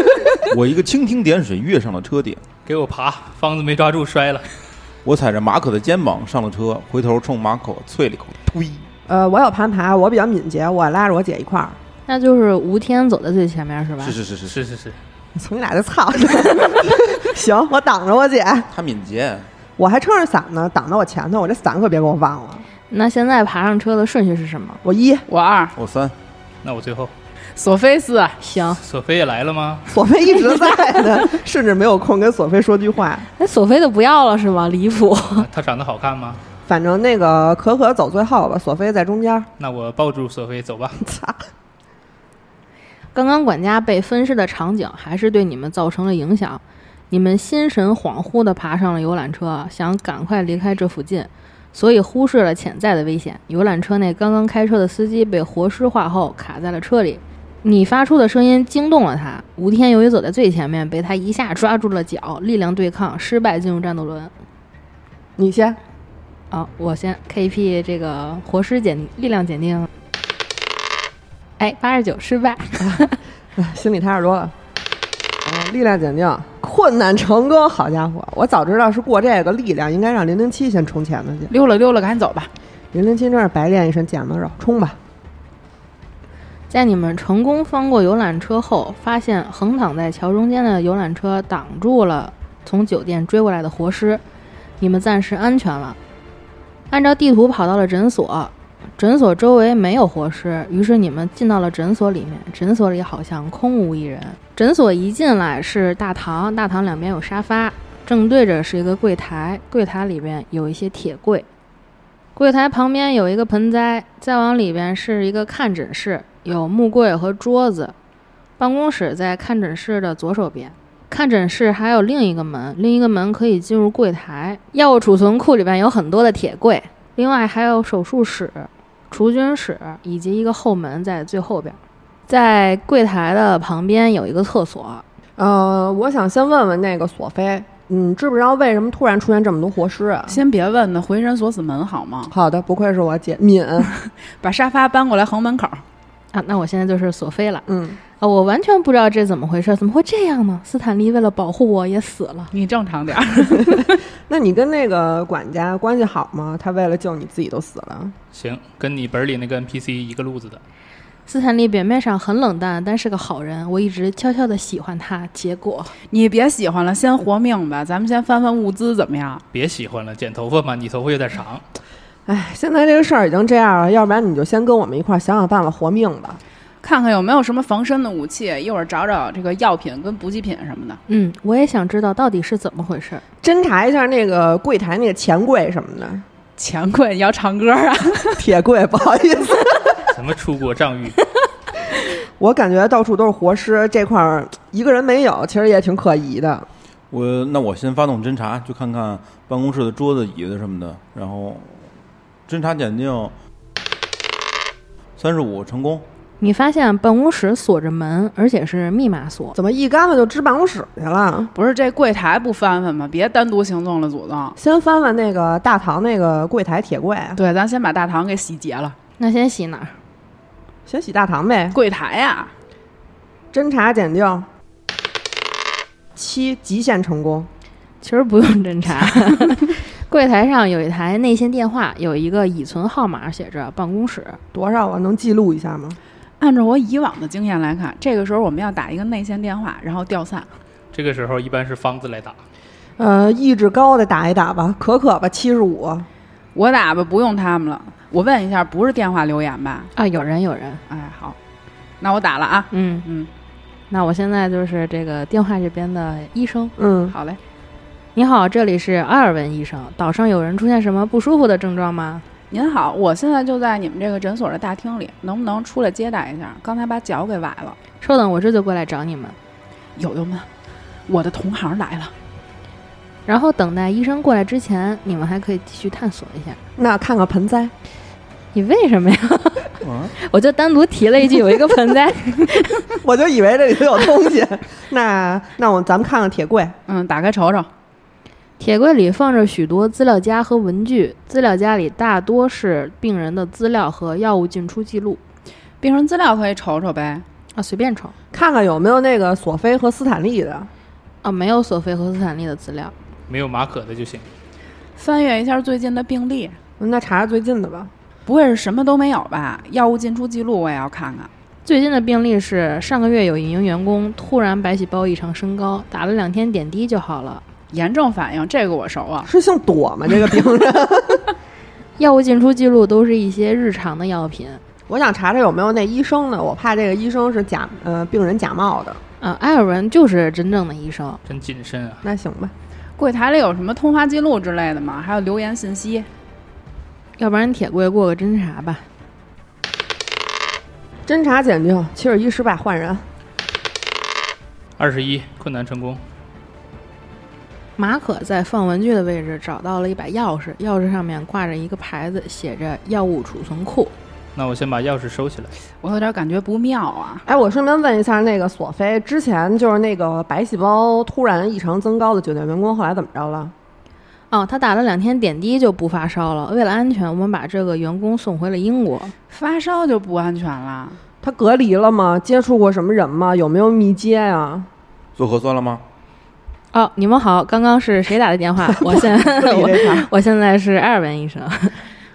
Speaker 5: 我一个蜻蜓点水跃上了车顶，
Speaker 4: 给我爬。方子没抓住，摔了。
Speaker 5: 我踩着马可的肩膀上了车，回头冲马可啐了一口，呸！
Speaker 3: 呃，我有攀爬，我比较敏捷，我拉着我姐一块儿，
Speaker 1: 那就是吴天走在最前面是吧？
Speaker 5: 是是是是
Speaker 4: 是
Speaker 5: 是，
Speaker 4: 是是，
Speaker 3: 从你俩就操， 行，我挡着我姐，
Speaker 5: 他敏捷。
Speaker 3: 我还撑着伞呢，挡到我前头，我这伞可别给我忘了，
Speaker 1: 那现在爬上车的顺序是什么？
Speaker 3: 我一
Speaker 2: 我二，
Speaker 5: 我哦三，
Speaker 4: 那我最后，
Speaker 2: 索菲啊四，
Speaker 1: 行，
Speaker 4: 索菲也来了吗？
Speaker 3: 索菲一直在的， 甚至没有空跟索菲说句话。
Speaker 1: 那哎索菲的不要了是吗？离谱。
Speaker 4: 啊她长得好看吗？
Speaker 3: 反正那个可可走最后吧，索菲在中 间。
Speaker 4: 那我抱住索菲走吧。
Speaker 3: 操！
Speaker 1: 刚刚管家被分尸的场景还是对你们造成了影响，你们心神恍惚地爬上了游览车，想赶快离开这附近，所以忽视了潜在的危险。游览车内刚刚开车的司机被活尸化后卡在了车里，你发出的声音惊动了他。吴天由于走在最前面，被他一下抓住了脚，力量对抗失败进入战斗轮。
Speaker 3: 你先，
Speaker 1: 啊，我先 KP 这个活尸检力量检定，哎，八十九失败，
Speaker 3: 心里踏实多了。嗯力量检定困难成功，好家伙！我早知道是过这个力量，应该让零零七先冲前头去。
Speaker 2: 溜了溜了，赶紧走吧。
Speaker 3: 零零七真是白练一身腱子肉，冲吧！
Speaker 1: 在你们成功翻过游览车后，发现横躺在桥中间的游览车挡住了从酒店追过来的活尸，你们暂时安全了。按照地图跑到了诊所，诊所周围没有活尸，于是你们进到了诊所里面。诊所里好像空无一人。诊所一进来是大堂，大堂两边有沙发，正对着是一个柜台，柜台里边有一些铁柜。柜台旁边有一个盆栽，再往里边是一个看诊室，有木柜和桌子。办公室在看诊室的左手边，看诊室还有另一个门，另一个门可以进入柜台。药物储存库里边有很多的铁柜，另外还有手术室、除菌室以及一个后门在最后边。在柜台的旁边有一个厕所，啊
Speaker 3: 呃，我想先问问那个索菲，你知不知道为什么突然出现这么多活尸啊？
Speaker 2: 先别问了，回神锁死门好吗？
Speaker 3: 好的，不愧是我姐敏，
Speaker 2: 把沙发搬过来横门口。
Speaker 1: 啊，那我现在就是索菲了
Speaker 3: 嗯，
Speaker 1: 啊！我完全不知道这怎么回事，怎么会这样呢？斯坦利为了保护我也死了。
Speaker 2: 你正常点儿。
Speaker 3: 那你跟那个管家关系好吗？他为了救你自己都死了。
Speaker 4: 行，跟你本儿里那个 NPC 一个路子的。
Speaker 1: 斯坦利表面上很冷淡，但是个好人，我一直悄悄的喜欢他。结果
Speaker 2: 你别喜欢了，先活命吧。咱们先翻翻物资怎么样？
Speaker 4: 别喜欢了，剪头发嘛，你头发有点长。
Speaker 3: 哎，现在这个事儿已经这样了，要不然你就先跟我们一块儿想想办法活命吧。
Speaker 2: 看看有没有什么防身的武器，一会儿找找这个药品跟补给品什么的。
Speaker 1: 嗯，我也想知道到底是怎么回事。
Speaker 3: 侦查一下那个柜台那个钱柜什么的，
Speaker 2: 钱柜，你要唱歌啊？
Speaker 3: 铁柜，不好意思，
Speaker 4: 什么出国仗义？
Speaker 3: 我感觉到处都是活尸，这块儿一个人没有，其实也挺可疑的。
Speaker 5: 我那我先发动侦查，就看看办公室的桌子、椅子什么的，然后侦查检定三十五成功。
Speaker 1: 你发现办公室锁着门，而且是密码锁。
Speaker 3: 怎么一竿子就支办公室去了？
Speaker 2: 不是这柜台不翻翻吗？别单独行动了，祖宗。
Speaker 3: 先翻翻那个大堂那个柜台铁柜，啊
Speaker 2: 对，咱先把大堂给洗劫了。
Speaker 1: 那先洗哪儿？
Speaker 3: 先洗大堂呗。
Speaker 2: 柜台啊呀、
Speaker 3: 侦查检定七极限成功，
Speaker 1: 其实不用侦查。柜台上有一台内线电话，有一个已存号码，写着办公室。
Speaker 3: 多少啊？能记录一下吗？
Speaker 2: 按照我以往的经验来看，这个时候我们要打一个内线电话，然后调散。
Speaker 4: 这个时候一般是方子来打，
Speaker 3: 呃，意志高的打一打吧，可可吧，七十五。
Speaker 2: 我打吧，不用他们了。我问一下，不是电话留言吧？
Speaker 1: 啊，有人，有人。
Speaker 2: 哎，好，那我打了啊。
Speaker 1: 嗯，
Speaker 2: 嗯，
Speaker 1: 那我现在就是这个电话这边的医生。
Speaker 3: 嗯，
Speaker 2: 好嘞。
Speaker 1: 你好，这里是阿尔文医生。岛上有人出现什么不舒服的症状吗？
Speaker 2: 您好，我现在就在你们这个诊所的大厅里，能不能出来接待一下？刚才把脚给崴了。
Speaker 1: 稍等，我这就过来找你们。
Speaker 2: 友友们，我的同行来了。
Speaker 1: 然后等待医生过来之前，你们还可以继续探索一下。
Speaker 3: 那看看盆栽，
Speaker 1: 你为什么呀？
Speaker 5: 啊，
Speaker 1: 我就单独提了一句，有一个盆栽。
Speaker 3: 我就以为这里头有东 西。那那我咱们看看铁柜，
Speaker 2: 嗯，打开瞅瞅。
Speaker 1: 铁柜里放着许多资料夹和文具，资料夹里大多是病人的资料和药物进出记录
Speaker 2: 病人资料可以瞅瞅呗。
Speaker 1: 啊，随便瞅
Speaker 3: 看看有没有那个索菲和斯坦利的。
Speaker 1: 啊，没有索菲和斯坦利的资料。
Speaker 4: 没有马可的就行。
Speaker 2: 翻阅一下最近的病历，
Speaker 3: 那查查最近的吧。
Speaker 2: 不会是什么都没有吧？药物进出记录我也要看看。
Speaker 1: 最近的病例是上个月有一名员工突然白血胞异常升高，打了两天点滴就好了。
Speaker 2: 炎症反应这个我熟啊。
Speaker 3: 是姓朵吗？这个病人，
Speaker 1: 药物进出记录都是一些日常的药品。
Speaker 3: 我想查查有没有那医生的，我怕这个医生是假呃病人假冒的。
Speaker 1: 啊，埃尔文就是真正的医生。
Speaker 4: 真谨慎啊！
Speaker 3: 那行吧，
Speaker 2: 柜台里有什么通话记录之类的吗？还有留言信息？
Speaker 1: 要不然铁柜过个侦查吧。
Speaker 3: 侦查检定七十一失败，换人。
Speaker 4: 二十一困难成功，
Speaker 1: 马可在放文具的位置找到了一把钥匙，钥匙上面挂着一个牌子，写着“药物储存库
Speaker 4: 那我先把钥匙收起来。
Speaker 2: 我有点感觉不妙啊。
Speaker 3: 哎，我顺便问一下，那个索菲之前就是那个白细胞突然异常增高的酒店员工，后来怎么着了？”
Speaker 1: 哦，他打了两天点滴就不发烧了。为了安全，我们把这个员工送回了英国。
Speaker 2: 发烧就不安全了。
Speaker 3: 他隔离了吗？接触过什么人吗？有没有密接呀、
Speaker 5: 做核酸了吗？
Speaker 1: 哦，你们好，刚刚是谁打的 电话？我现
Speaker 3: 不理
Speaker 1: 我
Speaker 3: 这茬儿
Speaker 1: 我现在是艾尔文医生。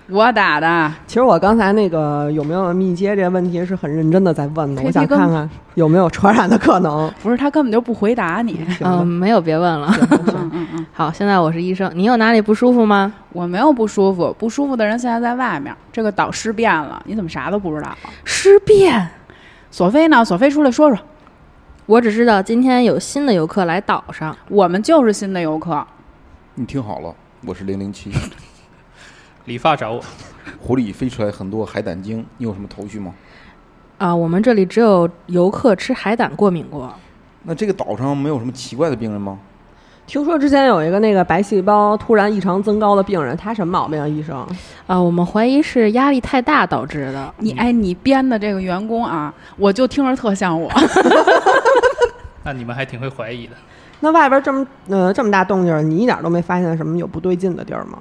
Speaker 2: 我打的，
Speaker 3: 其实我刚才那个有没有密接这个问题是很认真的在问的，
Speaker 2: 可以
Speaker 3: 我想
Speaker 2: 提供
Speaker 3: 看看有没有传染的可能。
Speaker 2: 不是他根本就不回答你。
Speaker 3: 行
Speaker 1: 嗯，
Speaker 3: 吧，
Speaker 1: 没有，别问了。
Speaker 3: 行吧行
Speaker 2: 嗯嗯嗯，
Speaker 1: 好，现在我是医生，你有哪里不舒服吗？
Speaker 2: 我没有不舒服，不舒服的人现在在外面。这个岛尸变了，你怎么啥都不知道？啊
Speaker 1: 尸变。
Speaker 2: 索菲呢？索菲出来说说，
Speaker 1: 我只知道今天有新的游客来岛上，
Speaker 2: 我们就是新的游客。
Speaker 5: 你听好了，我是零 零七，
Speaker 4: 理发找我，
Speaker 5: 湖里飞出来很多海胆精，你有什么头绪吗？
Speaker 1: 啊，我们这里只有游客吃海胆过敏过。
Speaker 5: 那这个岛上没有什么奇怪的病人吗？
Speaker 3: 听说之前有一个那个白细胞突然异常增高的病人，他什么毛病啊？医生，
Speaker 1: 啊，我们怀疑是压力太大导致的。
Speaker 2: 你哎，你编的这个员工啊，我就听着特像我。
Speaker 4: 那你们还挺会怀疑的。
Speaker 3: 那外边这么呃这么大动静儿，你一点都没发现什么有不对劲的地儿吗？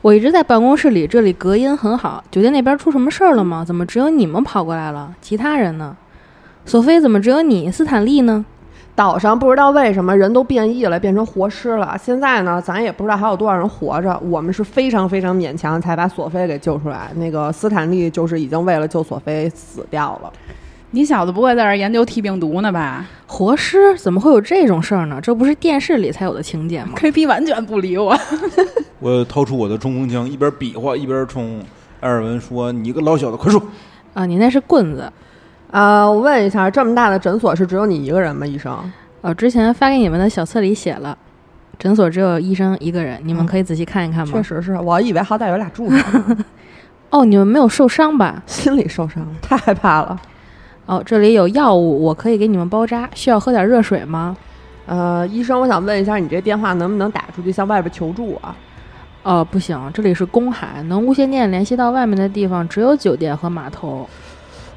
Speaker 1: 我一直在办公室里，这里隔音很好。酒店那边出什么事儿了吗？怎么只有你们跑过来了？其他人呢？索菲，怎么只有你斯坦利呢？
Speaker 3: 岛上不知道为什么人都变异了，变成活尸了。现在呢，咱也不知道还有多少人活着。我们是非常非常勉强才把索菲给救出来。那个斯坦利就是已经为了救索菲死掉了。
Speaker 2: 你小子不会在这儿研究 T 病毒呢吧
Speaker 1: 活尸怎么会有这种事儿呢？这不是电视里才有的情节吗？
Speaker 2: ？KP 完全不理我。
Speaker 5: 我掏出我的冲锋枪，一边比划一边冲埃尔文说：“你个老小子，快说！
Speaker 1: 啊，你那是棍子。
Speaker 3: 呃，我问一下，这么大的诊所是只有你一个人吗？医生，
Speaker 1: 呃、之前发给你们的小册里写了，诊所只有医生一个人，你们可以仔细看一看吗？
Speaker 3: 嗯确实是我以为好歹有俩 助手呢，
Speaker 1: 哦，你们没有受伤吧？
Speaker 3: 心里受伤了，太害怕了。
Speaker 1: 哦，这里有药物，我可以给你们包扎。需要喝点热水吗？
Speaker 3: 呃，医生，我想问一下，你这电话能不能打出去向外边求助啊？
Speaker 1: 哦，不行，这里是公海，能无线电联系到外面的地方只有酒店和码头。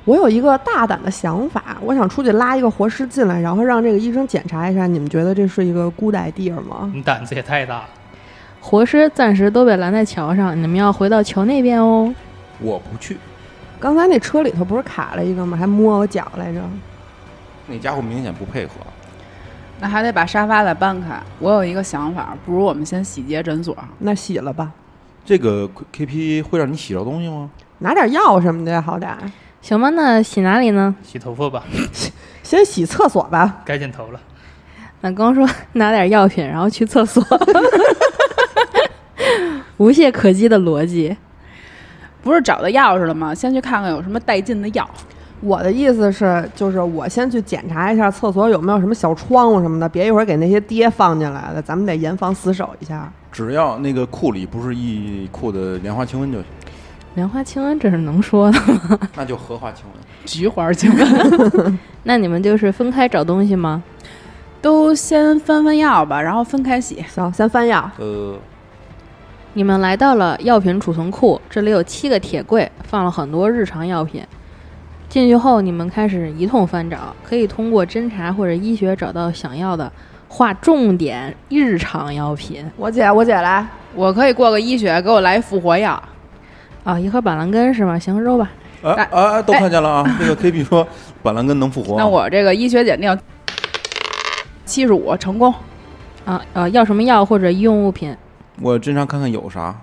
Speaker 3: 我有一个大胆的想法，我想出去拉一个活尸进来，然后让这个医生检查一下。你们觉得这是一个 good idea 吗？
Speaker 4: 你胆子也太大了。
Speaker 1: 活尸暂时都被拦在桥上，你们要回到桥那边哦。
Speaker 5: 我不去。
Speaker 3: 刚才那车里头不是卡了一个吗？还摸我脚来着。”
Speaker 5: 那家伙明显不配合。
Speaker 2: 那还得把沙发再搬开。我有一个想法，不如我们先洗劫诊所。
Speaker 3: 那洗了吧，
Speaker 5: 这个 KP 会让你洗着东西吗？
Speaker 3: 拿点药什么的呀，好歹
Speaker 1: 行吧，那洗哪里呢？
Speaker 4: 洗头发吧，
Speaker 3: 先洗厕所吧。
Speaker 4: 该剪头了。
Speaker 1: 那刚说 拿点药品，然后去厕所， 无懈可击的逻辑。
Speaker 2: 不是找到钥匙了吗？先去看看有什么带劲的药。
Speaker 3: 我的意思是，就是我先去检查一下厕所有没有什么小窗户什么的，别一会儿给那些爹放进来了，咱们得严防死守一下。
Speaker 5: 只要那个库里不是一库的莲花清瘟就行，
Speaker 1: 莲花清瘟这是能说的。
Speaker 5: 那就荷花清瘟。
Speaker 2: 菊花精瘟
Speaker 1: 那你们就是分开找东西吗？
Speaker 2: 都先翻翻药吧，然后分开洗。
Speaker 3: 行，先翻药。
Speaker 5: 呃，
Speaker 1: 你们来到了药品储存库，这里有七个铁柜，放了很多日常药品。进去后，你们开始一通翻找，可以通过侦查或者医学找到想要的，划重点日常药品。
Speaker 3: 我姐，我姐来。
Speaker 2: 我可以过个医学，给我来一复活药。
Speaker 1: 啊、一盒板蓝根是吗？行，揉吧。
Speaker 5: 哎哎哎，都看见了啊！那个 KP 说板蓝根能复活。啊
Speaker 2: 那我这个医学检定七十五成功。
Speaker 1: 啊呃，要什么药或者医用物品？
Speaker 5: 我侦查看看有啥。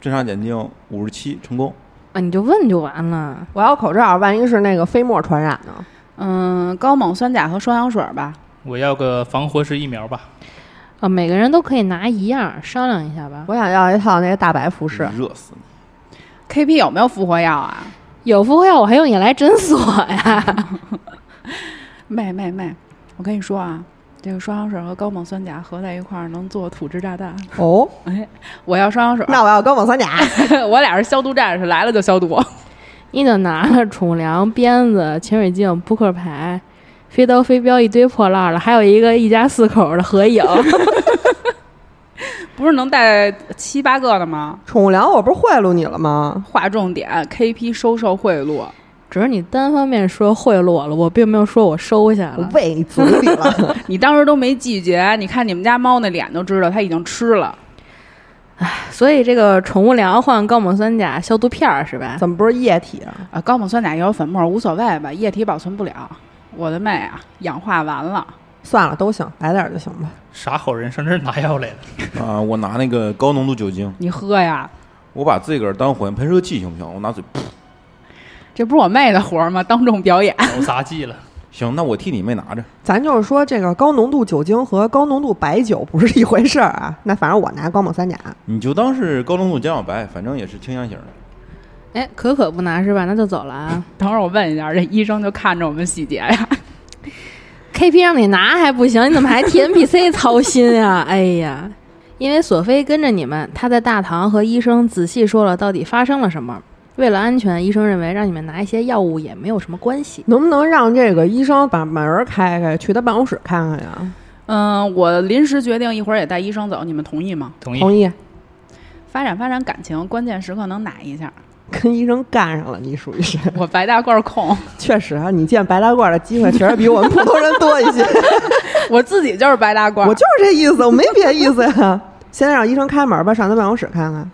Speaker 5: 侦查眼镜五十七成功，
Speaker 1: 啊，你就问就完了。
Speaker 3: 我要口罩，万一是那个飞沫传染呢？
Speaker 2: 嗯，高锰酸钾和双氧水吧。
Speaker 4: 我要个防活尸疫苗吧，
Speaker 1: 啊，每个人都可以拿一样，商量一下吧。
Speaker 3: 我想要一套那个大白服饰。
Speaker 5: 热死你！
Speaker 2: KP 有没有复活药啊？
Speaker 1: 有副药我还用你来诊所呀？
Speaker 2: 妹妹妹，我跟你说啊，这个双氧水和高锰酸钾合在一块儿能做土制炸弹。
Speaker 3: 哦，
Speaker 2: 我要双氧水，
Speaker 3: 那我要跟我三甲。
Speaker 2: 我俩是消毒战士，来了就消毒。
Speaker 1: 你就拿了储粮、鞭子、潜水镜、扑克牌、飞刀、飞镖一堆破烂儿了，还有一个一家四口的合影。
Speaker 2: 不是能带七八个的吗？
Speaker 3: 宠物粮我不是贿赂你了吗？
Speaker 2: 划重点，KP 收受贿赂，
Speaker 1: 只是你单方面说贿赂了我，并没有说我收下
Speaker 3: 我
Speaker 1: 了。
Speaker 3: 喂你嘴里 了，
Speaker 2: 你当时都没拒绝，你看你们家猫那脸都知道它已经吃了。
Speaker 1: 所以这个宠物粮换高锰酸钾消毒片儿是吧？
Speaker 3: 怎么不是液体啊？
Speaker 2: 啊，高锰酸钾也有粉末，无所谓吧，液体保存不了。我的妹啊，氧化完了，
Speaker 3: 算了，都行，来点儿就行吧。
Speaker 4: 傻好人上这儿拿药来了，
Speaker 5: 啊！我拿那个高浓度酒精，
Speaker 2: 你喝呀，
Speaker 5: 我把自个儿当火焰喷射器行不行？我拿嘴噗，
Speaker 2: 这不是我妹的活儿吗？当众表演，
Speaker 4: 搞杂技了。
Speaker 5: 行，那我替你妹拿着。
Speaker 3: 咱就是说，这个高浓度酒精和高浓度白酒不是一回事儿啊。那反正我拿高锰酸钾，
Speaker 5: 你就当是高浓度姜小白，反正也是清香型的。
Speaker 1: 哎，可可不拿是吧？那就走了啊。
Speaker 2: 等会儿我问一下，这医生就看着我们细节呀。
Speaker 1: KP 让你拿还不行，你怎么还替 NPC 操心呀、哎呀，因为索菲跟着你们，她在大堂和医生仔细说了到底发生了什么。为了安全，医生认为让你们拿一些药物也没有什么关系。
Speaker 3: 能不能让这个医生把门儿开开，去他办公室看看呀？
Speaker 2: 嗯，我临时决定一会儿也带医生走，你们同意吗？
Speaker 4: 同意，
Speaker 3: 同意，
Speaker 2: 发展发展感情，关键时刻能奶一下。
Speaker 3: 跟医生干上了，你属于是。
Speaker 2: 我白大褂控，
Speaker 3: 确实啊，你见白大褂的机会确实比我们普通人多一些。
Speaker 2: 我自己就是白大褂。
Speaker 3: 我就是这意思，我没别的意思呀。现在让医生开门吧，上他办公室看看。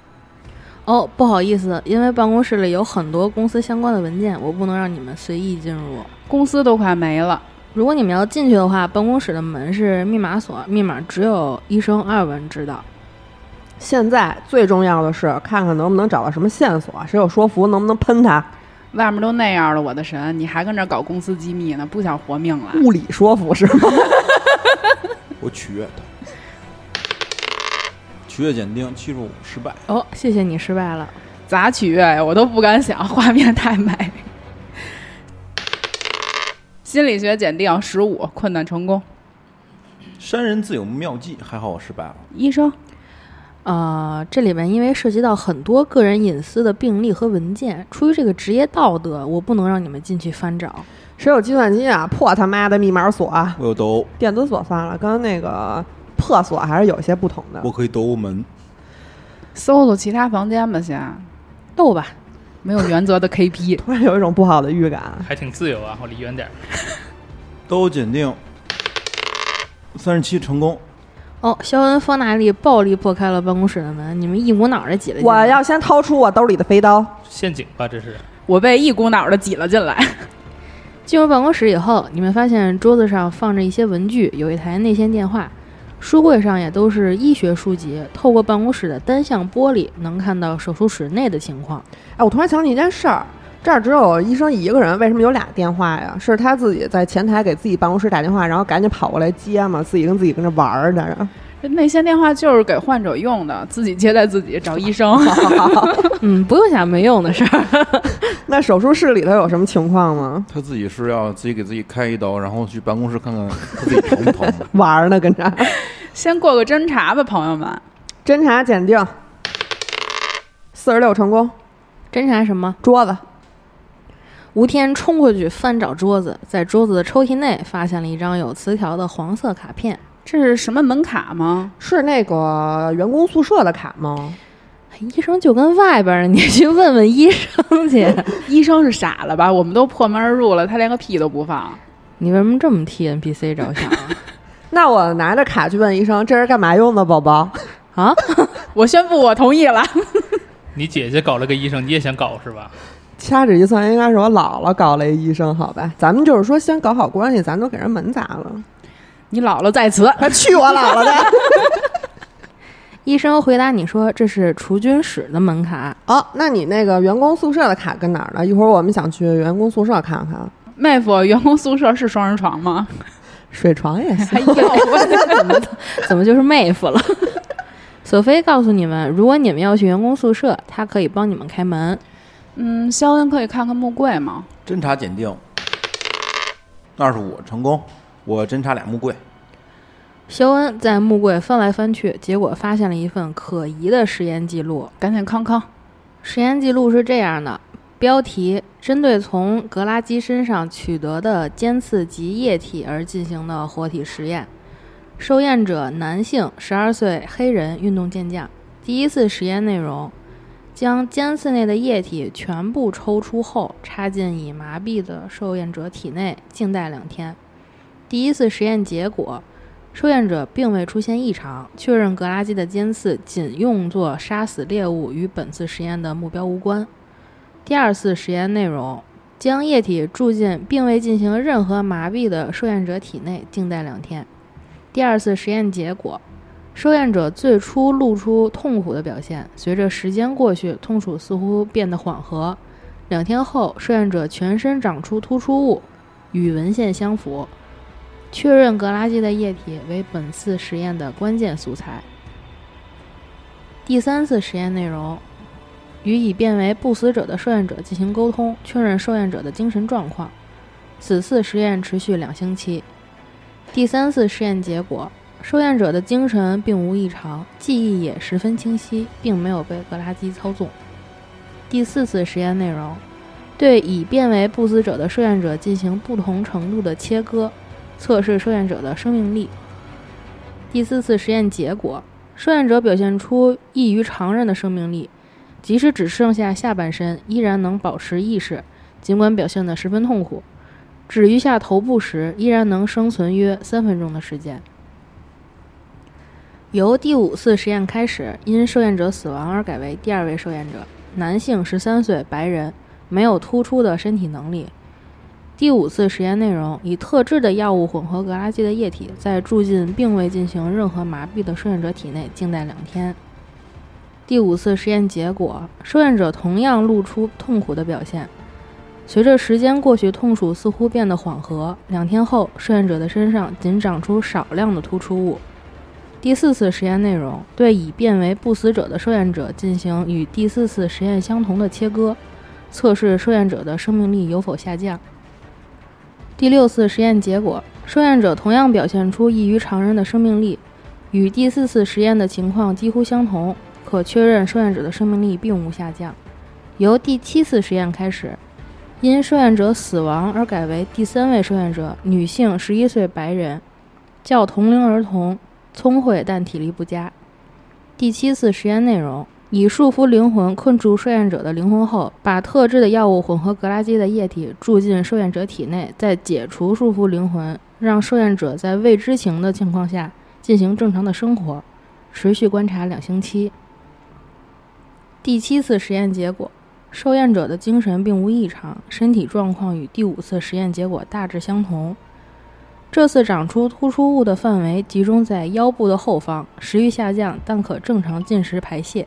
Speaker 1: 哦，不好意思，因为办公室里有很多公司相关的文件，我不能让你们随意进入。
Speaker 2: 公司都快没了，
Speaker 1: 如果你们要进去的话，办公室的门是密码锁，密码只有医生二文知道。
Speaker 3: 现在最重要的是看看能不能找到什么线索，谁有说服，能不能喷他，
Speaker 2: 外面都那样了，我的神，你还跟这儿搞公司机密呢，不想活命了？
Speaker 3: 物理说服是吗？
Speaker 5: 我取悦他，取悦鉴定技术失败。
Speaker 1: 哦，谢谢你失败了。
Speaker 2: 咋取悦哎呀？我都不敢想，画面太美。心理学检定十五，困难成功。
Speaker 5: 山人自有妙计，还好我失败了。
Speaker 2: 医生，
Speaker 1: 呃，这里面因为涉及到很多个人隐私的病例和文件，出于这个职业道德，我不能让你们进去翻找。
Speaker 3: 谁有计算机啊？破他妈的密码锁啊，
Speaker 5: 我有抖，
Speaker 3: 电子锁算了，跟那个破锁还是有些不同的。
Speaker 5: 我可以抖门。
Speaker 2: 搜搜其他房间吧，先。
Speaker 1: 斗吧，
Speaker 2: 没有原则的 KP，
Speaker 3: 突然有一种不好的预感，
Speaker 4: 还挺自由啊，我离远点儿。
Speaker 5: 都鉴定，三十七成功。
Speaker 1: 哦，肖恩·方纳利暴力破开了办公室的门，你们一股脑的挤了进
Speaker 3: 我
Speaker 1: 来。
Speaker 3: 要先掏出我兜里的飞刀。
Speaker 4: 陷阱吧，这是
Speaker 2: 我被一股脑的挤了进来。
Speaker 1: 进入办公室以后，你们发现桌子上放着一些文具，有一台内线电话，书柜上也都是医学书籍。透过办公室的单向玻璃，能看到手术室内的情况。
Speaker 3: 哎，我突然想起一件事儿，这儿只有医生一个人，为什么有俩电话呀？是他自己在前台给自己办公室打电话，然后赶紧跑过来接嘛，自己跟自己跟着玩儿 呢。
Speaker 2: 这内线电话就是给患者用的，自己接待自己，找医 生。
Speaker 1: 嗯，不用想没用的事儿。
Speaker 3: 那手术室里头有什么情况吗？
Speaker 5: 他自己是要自己给自己开一刀，然后去办公室看看他自己疼不疼。
Speaker 3: 玩儿呢，跟着
Speaker 2: 先过个侦查吧，朋友们。
Speaker 3: 侦查鉴定，四十六成功，
Speaker 1: 侦查什么？
Speaker 3: 桌子
Speaker 1: 吴天冲过去翻找桌子，在桌子的抽屉内发现了一张有磁条的黄色卡片。
Speaker 2: 这是什么门卡吗？
Speaker 3: 是那个员工宿舍的卡吗？
Speaker 1: 医生哎就跟外边儿呢，你去问问医生去。
Speaker 2: 医生是傻了吧？我们都破门而入了，他连个屁都不放。
Speaker 1: 你为什么这么替 NPC 着想
Speaker 3: 那我拿着卡去问医生，这是干嘛用的，宝宝？
Speaker 1: 啊？啊，
Speaker 2: 我宣布，我同意了。
Speaker 4: 你姐姐搞了个医生，你也想搞是吧？
Speaker 3: 掐指一算，应该是我姥姥搞了一医生，好吧？咱们就是说，先搞好关系，咱都给人门砸了，
Speaker 2: 你姥姥在此，
Speaker 3: 还去我姥姥的。
Speaker 1: 医生回答你说这是除菌室的门卡。
Speaker 3: 哦，那你那个员工宿舍的卡跟哪儿呢？一会儿我们想去员工宿舍看看，
Speaker 2: 妹夫，员工宿舍是双人床 吗？
Speaker 3: 水床也行。
Speaker 2: 哎呦喂，
Speaker 1: 怎么怎么就是妹夫了？ 索菲告诉你们，如果你们要去员工宿舍，他可以帮你们开门。
Speaker 2: 嗯，肖恩可以看看木柜吗？
Speaker 5: 侦查鉴定，二十五成功。我侦查俩木柜，
Speaker 1: 肖恩在木柜翻来翻去，结果发现了一份可疑的实验记录。
Speaker 2: 赶紧康康，
Speaker 1: 实验记录是这样的：标题针对从格拉基身上取得的尖刺及液体而进行的活体实验，受验者男性，十二岁，黑人，运动健将。第一次实验内容：将尖刺内的液体全部抽出后，插进已麻痹的受验者体内，静待两天。第一次实验结果，受验者并未出现异常，确认格拉基的尖刺仅用作杀死猎物，与本次实验的目标无关。第二次实验内容，将液体注进并未进行任何麻痹的受验者体内，静待两天。第二次实验结果，受验者最初露出痛苦的表现，随着时间过去，痛楚似乎变得缓和。两天后，受验者全身长出突出物，与文献相符。确认格拉基的液体为本次实验的关键素材。第三次实验内容与已变为不死者的受验者进行沟通，确认受验者的精神状况。此次实验持续两星期。第三次实验结果，受验者的精神并无异常，记忆也十分清晰，并没有被格拉基操纵。第四次实验内容对已变为不死者的受验者进行不同程度的切割，测试受验者的生命力。第四次实验结果，受验者表现出异于常人的生命力，即使只剩下下半身，依然能保持意识，尽管表现得十分痛苦。只余下头部时，依然能生存约三分钟的时间。由第五次实验开始，因受验者死亡而改为第二位受验者，男性，十三岁，白人，没有突出的身体能力。第五次实验内容以特制的药物混合格拉基的液体，在注进并未进行任何麻痹的受验者体内静待两天。第五次实验结果，受验者同样露出痛苦的表现，随着时间过去，痛楚似乎变得缓和。两天后，受验者的身上仅长出少量的突出物。第四次实验内容对已变为不死者的受验者进行与第四次实验相同的切割，测试受验者的生命力有否下降。第六次实验结果，受验者同样表现出异于常人的生命力，与第四次实验的情况几乎相同，可确认受验者的生命力并无下降。由第七次实验开始，因受验者死亡而改为第三位受验者，女性，十一岁白人，较同龄儿童聪慧但体力不佳。第七次实验内容以束缚灵魂困住受验者的灵魂后，把特制的药物混合格拉基的液体注进受验者体内，再解除束缚灵魂，让受验者在未知情的情况下进行正常的生活，持续观察两星期。第七次实验结果受验者的精神并无异常，身体状况与第五次实验结果大致相同。这次长出突出物的范围集中在腰部的后方，食欲下降，但可正常进食排泄。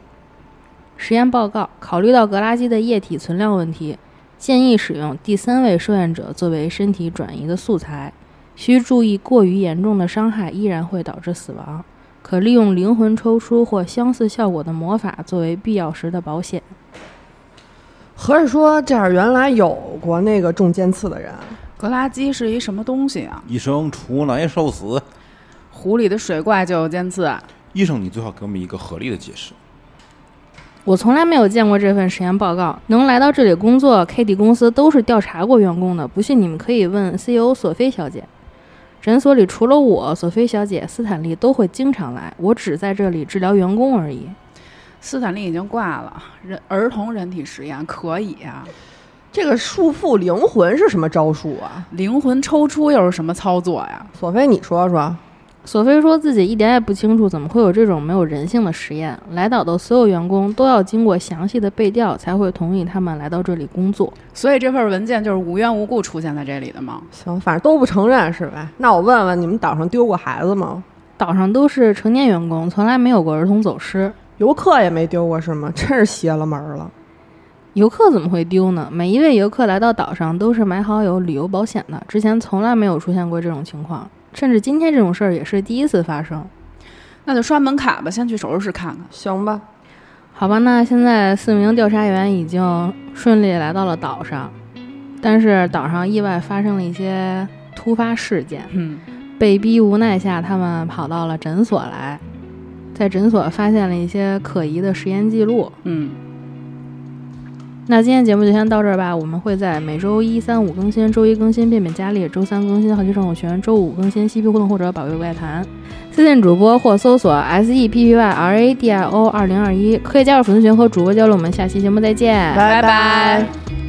Speaker 1: 实验报告考虑到格拉基的液体存量问题，建议使用第三位受验者作为身体转移的素材，需注意过于严重的伤害依然会导致死亡，可利用灵魂抽出或相似效果的魔法作为必要时的保险。
Speaker 3: 合着说这儿原来有过那个中尖刺的人，
Speaker 2: 格拉基是一什么东西啊？
Speaker 5: 医生，厨难受死。
Speaker 2: 湖里的水怪就有尖刺，
Speaker 5: 医生，你最好给我们一个合理的解释。
Speaker 1: 我从来没有见过这份实验报告。能来到这里工作，Kitty 公司都是调查过员工的。不信你们可以问 CEO 索菲小姐。诊所里除了我，索菲小姐、斯坦利都会经常来。我只在这里治疗员工而已。
Speaker 2: 斯坦利已经挂了。人儿童人体实验可以啊，
Speaker 3: 这个束缚灵魂是什么招数啊？
Speaker 2: 灵魂抽出又是什么操作呀？
Speaker 3: 索菲，你说说，
Speaker 1: 索菲说自己一点也不清楚怎么会有这种没有人性的实验。来岛的所有员工都要经过详细的背调，才会同意他们来到这里工作。
Speaker 2: 所以这份文件就是无缘无故出现在这里的吗？
Speaker 3: 行，反正都不承认是吧？那我问问，你们岛上丢过孩子吗？
Speaker 1: 岛上都是成年员工，从来没有过儿童走失。
Speaker 3: 游客也没丢过是吗？真是邪了门儿了。
Speaker 1: 游客怎么会丢呢？每一位游客来到岛上都是买好有旅游保险的，之前从来没有出现过这种情况，甚至今天这种事儿也是第一次发生。
Speaker 2: 那就刷门卡吧，先去手术室看看。
Speaker 3: 行吧，
Speaker 1: 好吧，那现在四名调查员已经顺利来到了岛上，但是岛上意外发生了一些突发事件，
Speaker 2: 嗯，
Speaker 1: 被逼无奈下，他们跑到了诊所来，在诊所发现了一些可疑的实验记录。
Speaker 2: 嗯，
Speaker 1: 那今天节目就先到这儿吧，我们会在每周一、三、五更新，周一更新《变本加厉》，周三更新《好奇生活圈》，周五更新《嬉皮互动》或者《保卫怪谈》。私信主播或搜索 S E P P Y R A D I O 二零二一，可以加入粉丝群和主播交流。我们下期节目再见，
Speaker 2: 拜
Speaker 3: 拜
Speaker 2: 拜